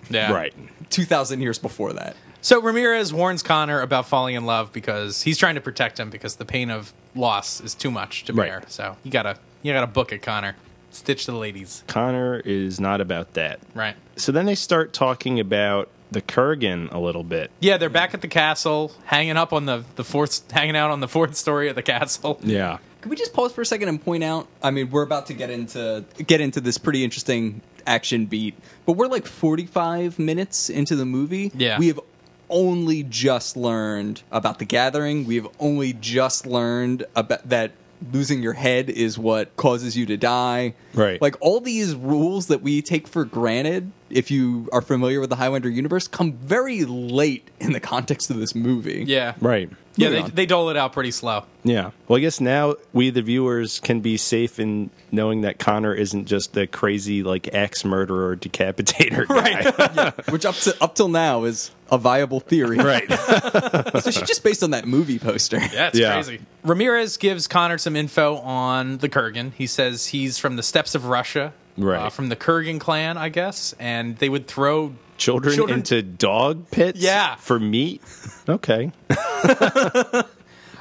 B: Yeah.
D: Right.
C: 2000 years before that.
B: So Ramirez warns Connor about falling in love because he's trying to protect him because the pain of loss is too much to
D: Right.
B: bear. So you gotta you gotta book it, Connor. Stitch the ladies.
D: Connor is not about that.
B: Right.
D: So then they start talking about the Kurgan a little bit.
B: Yeah, they're back at the castle, hanging up on the, the fourth hanging out on the fourth story of the castle.
D: Yeah.
C: Can we just pause for a second and point out? I mean, we're about to get into get into this pretty interesting action beat, but we're like 45 minutes into the movie.
B: Yeah.
C: we have only just learned about the gathering. We have only just learned about that losing your head is what causes you to die.
D: Right.
C: Like all these rules that we take for granted, if you are familiar with the Highlander universe, come very late in the context of this movie.
B: Yeah.
D: Right.
B: Yeah,
C: Moving
B: they,
C: on.
B: they dole it out pretty slow.
D: Yeah. Well, I guess now we, the viewers, can be safe in knowing that Connor isn't just a crazy, like, axe murderer, decapitator guy. Right.
C: Which up to up till now is a viable theory.
D: right.
C: Especially just based on that movie poster.
B: Yeah, it's
D: Yeah.
B: crazy. Ramirez gives Connor some info on the Kurgan. He says he's from the steppes of Russia,
D: Right.
B: Uh, from the Kurgan clan, I guess, and they would throw
D: Children, into dog pits
B: Yeah.
D: for meat. Okay.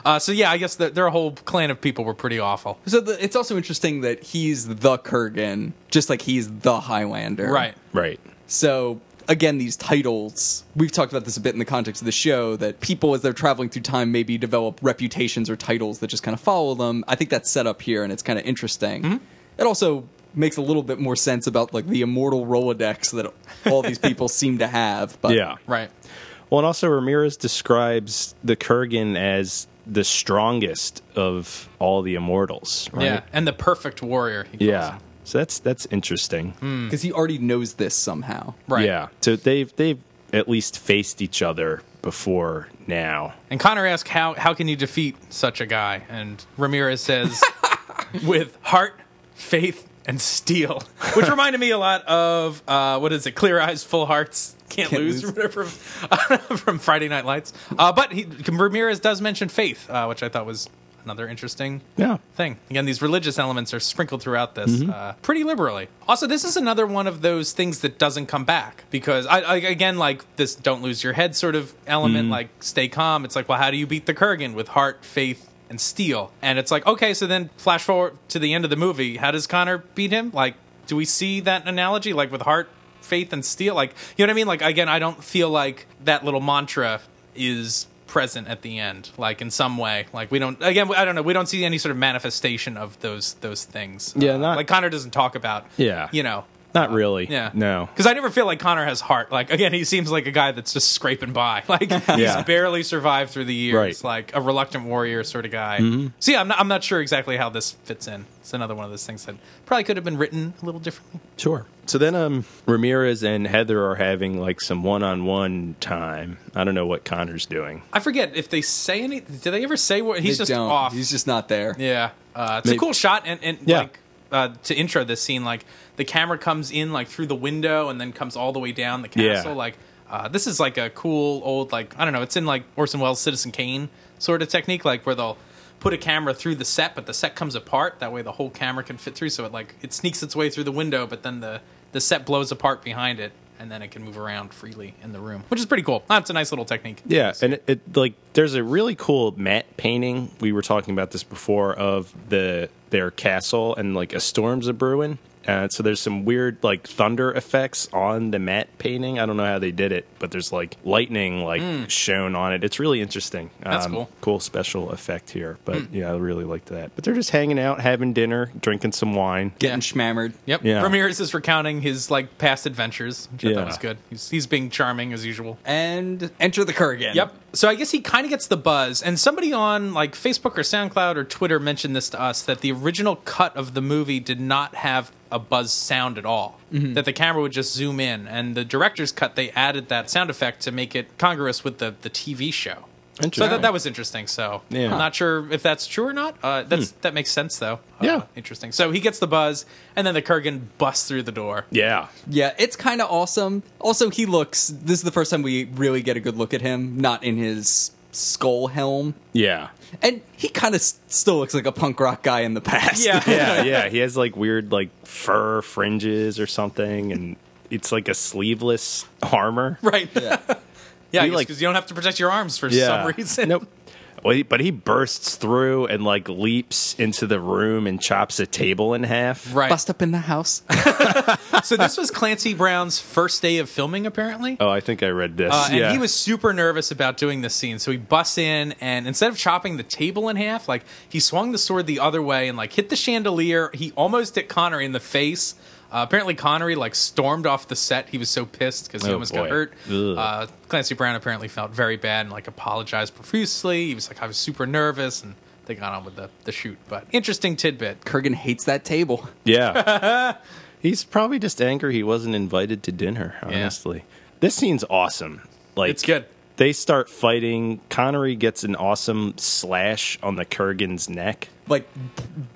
B: Uh, so yeah, I guess the, their whole clan of people were pretty awful.
C: So the, it's also interesting that he's the Kurgan, just like he's the Highlander.
B: Right.
D: Right.
C: So again, these titles, we've talked about this a bit in the context of the show, that people as they're traveling through time maybe develop reputations or titles that just kind of follow them. I think that's set up here and it's kind of interesting.
B: Hmm?
C: It also makes a little bit more sense about like the immortal Rolodex that all these people seem to have. But
D: Yeah.
B: Right.
D: Well, and also Ramirez describes the Kurgan as the strongest of all the immortals, right?
B: Yeah. And the perfect warrior. he calls
D: Yeah.
B: him.
D: So that's that's interesting.
C: Because Hmm. he already knows this somehow.
B: Mm. Right.
D: Yeah. So they've they've at least faced each other before now.
B: And Connor asks, "How how can you defeat such a guy?" And Ramirez says, "With heart, faith, and steel," which reminded me a lot of uh, what is it? Clear eyes, full hearts. Can't,
C: Can't
B: lose,
C: lose.
B: or whatever from, from Friday Night Lights. Uh, but he, Ramirez does mention faith, uh, which I thought was another interesting
D: Yeah.
B: thing. Again, these religious elements are sprinkled throughout this uh, pretty liberally. Also, this is another one of those things that doesn't come back because, I, I again, like this "don't lose your head" sort of element, like stay calm. It's like, well, how do you beat the Kurgan with heart, faith, and steel? And it's like, okay, so then flash forward to the end of the movie. How does Connor beat him? Like, do we see that analogy? Like with heart, faith, and steel? Like, you know what I mean? Like again, I don't feel like that little mantra is present at the end like in some way like we don't again i don't know we don't see any sort of manifestation of those those things
D: Yeah,
B: Uh,
D: not-
B: like connor doesn't talk about
D: Yeah.
B: you know
D: Not really.
B: yeah
D: No.
B: because i never feel like connor has heart like again he seems like a guy that's just scraping by like
D: Yeah.
B: he's barely survived through the years
D: Right. Mm-hmm.
B: like a reluctant warrior sort of guy so yeah I'm not, I'm not sure exactly how this fits in it's another one of those things that probably could have been written a little differently
D: Sure. So then um Ramirez and Heather are having like some one-on-one time. I don't know what Connor's doing.
B: i forget if they say any do they ever say what he's
C: They
B: just
C: don't.
B: off
C: He's just not there.
B: Yeah, uh, it's
D: Maybe-
B: a cool shot, and and
D: Yeah.
B: like uh, to intro this scene, like the camera comes in like through the window and then comes all the way down the
D: Yeah.
B: castle. Like uh, this is like a cool old like I don't know. It's in like Orson Welles' Citizen Kane sort of technique, like where they'll put a camera through the set, but the set comes apart. That way, the whole camera can fit through. So it like it sneaks its way through the window, but then the the set blows apart behind it. And then it can move around freely in the room, which is pretty cool. That's a nice little technique.
D: Yeah, and it, it like there's a really cool matte painting. We were talking about this before of the their castle and like a storm's a brewing. Uh, so there's some weird like thunder effects on the matte painting. I don't know how they did it, but there's like lightning like shown on it. It's really interesting.
B: Hmm.
D: Um,
B: That's cool. Hmm.
D: special effect here. But yeah, I really liked that. But they're just hanging out, having dinner, drinking some wine.
C: Getting schmammered.
B: Yep.
D: Yeah.
B: Ramirez is recounting his like past adventures, which I
D: Yeah.
B: thought was good. He's, he's being charming as usual.
C: And enter the Kurgan.
B: Yep. So I guess he kind of gets the buzz, and somebody on like Facebook or SoundCloud or Twitter mentioned this to us that the original cut of the movie did not have a buzz sound at all.
D: Mm-hmm.
B: That the camera would just zoom in, and the director's cut they added that sound effect to make it congruous with the the TV show. So I
D: Interesting.
B: thought that was interesting. So
D: Yeah. Hmm.
B: I'm not sure if that's true or not. Uh, that's that makes sense though. Uh,
D: Yeah.
B: interesting. So he gets the buzz, and then the Kurgan busts through the door.
D: Yeah,
C: Yeah, it's kind of awesome. Also, he looks. This is the first time we really get a good look at him, not in his skull helm.
D: yeah,
C: And he kind of s- still looks like a punk rock guy in the past.
B: Yeah.
D: yeah, yeah. He has like weird like fur fringes or something, and it's like a sleeveless armor.
B: Right. Yeah, yeah
D: He,
B: because
D: like-
B: you don't have to protect your arms for some reason.
D: Nope. Well, he, but he bursts through and like leaps into the room and chops a table in half.
B: Right.
C: Bust up in the house.
B: so this was Clancy Brown's first day of filming, apparently.
D: Oh, I think I read this.
B: Uh, and
D: yeah.
B: he was super nervous about doing this scene, so he busts in and instead of chopping the table in half, like he swung the sword the other way and like hit the chandelier. He almost hit Connery in the face. Uh, apparently, Connery like stormed off the set. He was so pissed because he
D: Oh,
B: almost
D: boy.
B: got hurt.
D: Ugh.
B: Uh, Clancy Brown apparently felt very bad and like apologized profusely. He was like, "I was super nervous," and they got on with the the shoot. But interesting tidbit.
C: Kurgan hates that table.
D: Yeah. He's probably just angry he wasn't invited to dinner,
B: Yeah.
D: honestly. This scene's awesome. Like
B: It's good.
D: They start fighting. Connery gets an awesome slash on the Kurgan's neck.
C: Like,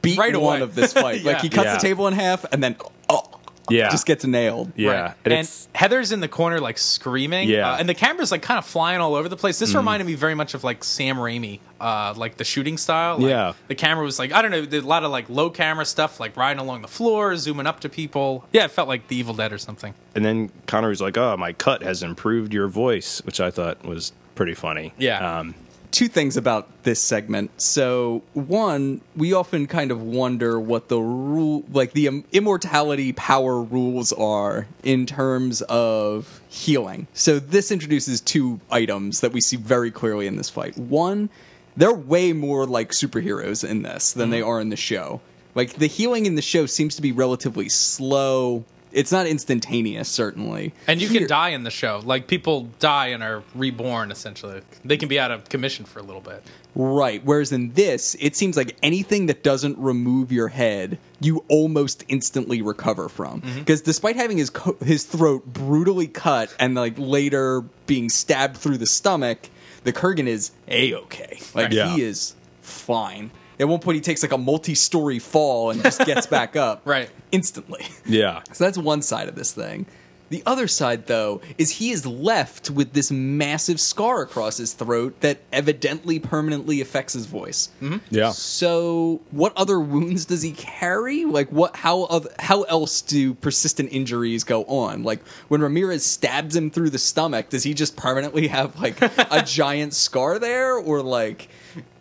C: beat
B: Right away.
C: one of this fight. Like, he cuts
D: Yeah.
C: the table in half and then oh,
D: Yeah.
C: just gets nailed.
D: Yeah.
B: Right.
D: And
B: And,
D: it's
B: Heather's in the corner, like screaming.
D: Yeah. Mm-hmm.
B: Uh, and the camera's like kind of flying all over the place. This reminded me very much of like Sam Raimi, uh, like the shooting style. Like,
D: Yeah.
B: The camera was like, I don't know, there's a lot of like low camera stuff, like riding along the floor, zooming up to people. Yeah, it felt like The Evil Dead or something.
D: and then Connery's like, "Oh, my cut has improved your voice," which I thought was pretty funny.
B: Yeah.
D: Um,
C: two things about this segment. So, one, we often kind of wonder what the rule, like the um, immortality power rules are in terms of healing. So, this introduces two items that we see very clearly in this fight. One, they're way more like superheroes in this than they are in the show. Like, the healing in the show seems to be relatively slow. It's not instantaneous, certainly.
B: And you
C: Here-
B: can die in the show. Like people die and are reborn, essentially. They can be out of commission for a little bit.
C: Right. Whereas in this, it seems like anything that doesn't remove your head, you almost instantly recover from. Because despite having his co- his throat brutally cut and like later being stabbed through the stomach, the Kurgan is a okay. Like
D: Yeah.
C: he is fine. At one point, he takes like a multi-story fall and just gets back up
B: Right.
C: instantly.
D: yeah.
C: So that's one side of this thing. The other side, though, is he is left with this massive scar across his throat that evidently permanently affects his voice. Mm-hmm.
D: Yeah.
C: So, what other wounds does he carry? Like, what? How? Of, how else do persistent injuries go on? Like, when Ramirez stabs him through the stomach, does he just permanently have like a giant scar there, or like?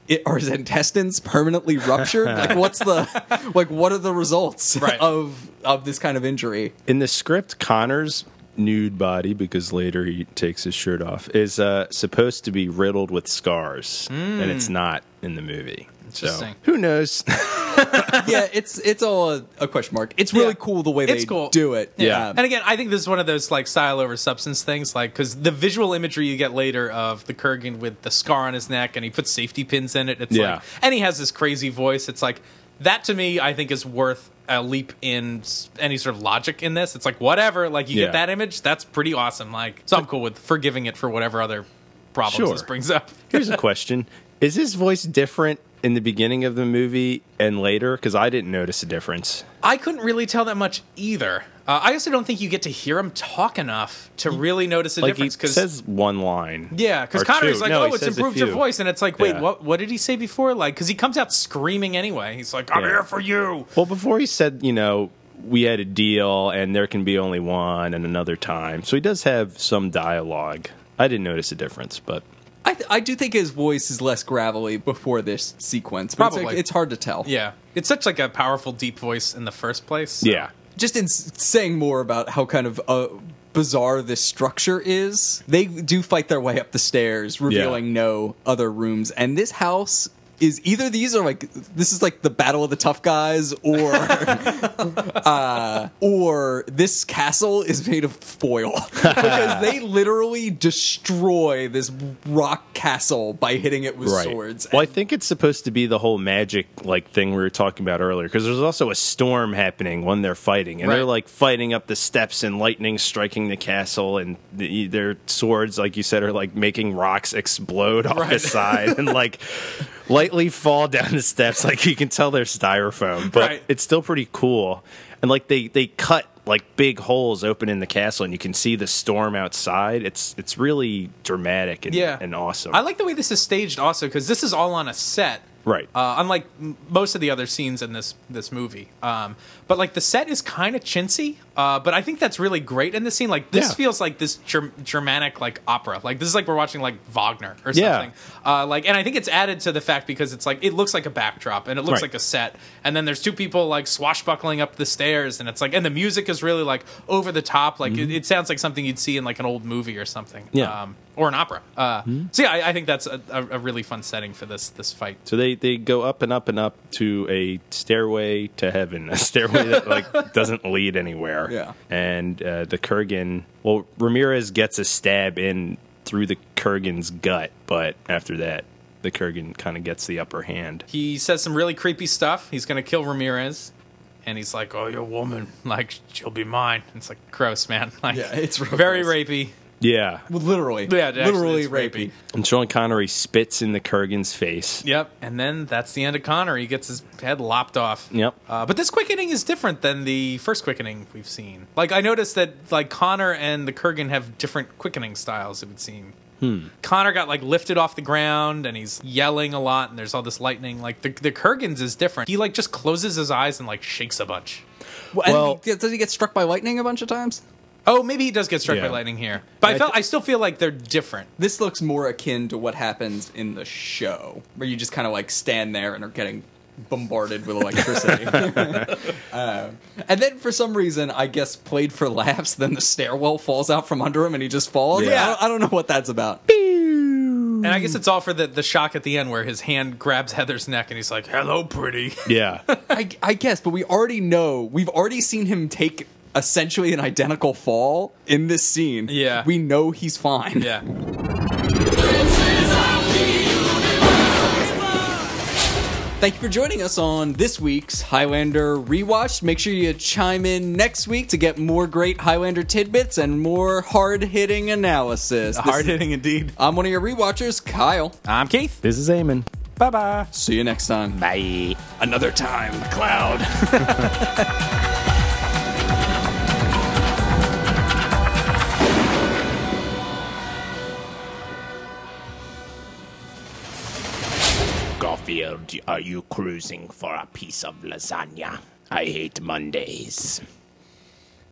C: It, are his intestines permanently ruptured? Like, what's the, like, what are the results
B: Right.
C: of of this kind of injury?
D: in the script connor's nude body because later he takes his shirt off is uh, supposed to be riddled with scars and it's not in the movie
B: Hmm. Interesting.
D: so who knows
C: yeah, it's it's all a, a question mark. It's really
B: Yeah.
C: cool the way
B: It's
C: they
B: cool.
C: do it. Um,
D: Yeah.
B: And again, I think this is one of those like style over substance things, like because the visual imagery you get later of the Kurgan with the scar on his neck and he puts safety pins in it. It's
D: Yeah.
B: like, and he has this crazy voice. It's like that to me, I think is worth a leap in s- any sort of logic in this. It's like whatever, like you
D: Yeah.
B: get that image, that's pretty awesome. Like, so I'm cool with forgiving it for whatever other problems
D: Sure.
B: this brings up.
D: here's a question Is his voice different in the beginning of the movie and later? Because I didn't notice a difference.
B: I couldn't really tell that much either. Uh, I also don't think you get to hear him talk enough to really notice a
D: Like
B: difference.
D: he says one line.
B: yeah, because
D: or
B: Connery's
D: two.
B: like,
D: No,
B: oh,
D: he
B: it's
D: says a
B: improved your
D: few.
B: voice, and it's like, wait,
D: Yeah.
B: what? What did he say before? Like, because he comes out screaming anyway. He's like, I'm
D: Yeah.
B: here for you.
D: Well, before he said, you know, we had a deal and there can be only one and another time. So he does have some dialogue. I didn't notice a difference, but
C: I, th- I do think his voice is less gravelly before this sequence. But It's,
B: Probably.
C: like, it's hard to tell.
B: Yeah, it's such like a powerful deep voice in the first place. so-
D: yeah.
C: Just in s- saying more about how kind of uh, bizarre this structure is, they do fight their way up the stairs, revealing no other rooms. And this house is either these are like this is like the battle of the tough guys, or uh, or this castle is made of foil because they literally destroy this rock castle by hitting it with swords.
D: Well, I think it's supposed to be the whole magic like thing we were talking about earlier because there's also a storm happening when they're fighting, and they're
B: Right.
D: like fighting up the steps and lightning striking the castle, and the, e, their swords, like you said, are like making rocks explode off the side and like lightly fall down the steps. Like you can tell they're styrofoam, but
B: Right.
D: it's still pretty cool. And like they they cut like big holes open in the castle, and you can see the storm outside. It's it's really dramatic and,
B: yeah,
D: and awesome.
B: I like the way this is staged also because this is all on a set,
D: Right.
B: Uh, unlike m- most of the other scenes in this this movie, um, but like the set is kind of chintzy, uh, but I think that's really great in this scene. Like this
D: Yeah.
B: feels like this Ger- Germanic like opera. Like this is like we're watching like Wagner or
D: Yeah.
B: something. Uh, like, and I think it's added to the fact because it's like it looks like a backdrop and it looks
D: Right.
B: like a set, and then there's two people like swashbuckling up the stairs, and it's like, and the music is really like over the top. Like
D: Mm-hmm.
B: it, it sounds like something you'd see in like an old movie or something.
D: Yeah.
B: Um, or an opera. Uh,
C: Hmm.
B: So yeah, I, I think that's a, a, a really fun setting for this this fight.
D: So they, they go up and up and up to a stairway to heaven, a stairway that like doesn't lead anywhere.
C: Yeah.
D: And uh, the Kurgan, well, Ramirez gets a stab in through the Kurgan's gut, but after that, the Kurgan kind of gets the upper hand.
B: He says some really creepy stuff. He's gonna kill Ramirez, and he's like, "Oh, you're a woman. Like she'll be mine." It's like gross, man. Like
C: Yeah, it's real
B: very
C: gross.
B: rapey.
D: Yeah.
C: literally,
B: Yeah, actually,
C: literally
B: it's
C: rapey.
B: rapey.
D: And Sean Connery spits in the Kurgan's face.
B: Yep. And then that's the end of Connor. He gets his head lopped off.
D: Yep.
B: Uh, but this quickening is different than the first quickening we've seen. Like I noticed that like Connor and the Kurgan have different quickening styles. It would seem. Hmm. Connor got like lifted off the ground and he's yelling a lot and there's all this lightning. Like the the Kurgan's is different. He like just closes his eyes and like shakes a bunch.
C: Well, and
D: Well-
C: he gets- does he get struck by lightning a bunch of times?
B: Oh, maybe he does get struck by
D: Yeah.
B: lightning here, but I,
D: I
B: felt I still feel like they're different.
C: This looks more akin to what happens in the show, where you just kind of like stand there and are getting bombarded with electricity. Uh, and then for some reason, I guess played for laughs. Then the stairwell falls out from under him, and he just falls.
B: Yeah.
C: I, don't, I don't know what that's about.
B: And I guess it's all for the the shock at the end where his hand grabs Heather's neck and he's like, "Hello, pretty."
D: Yeah.
C: I, I guess, but we already know. We've already seen him take essentially an identical fall in this scene.
B: Yeah.
C: we know he's fine.
B: yeah.
C: Thank you for joining us on this week's Highlander Rewatched. Make sure you chime in next week to get more great Highlander tidbits and more hard hitting analysis. This
B: Hard
C: is-
B: hitting indeed.
C: I'm one of your rewatchers, Kyle.
B: I'm Keith.
D: this is Eamon.
B: Bye bye.
C: See you next time.
F: Bye. Another time, Cloud. Garfield, are you cruising for a piece of lasagna? I hate Mondays.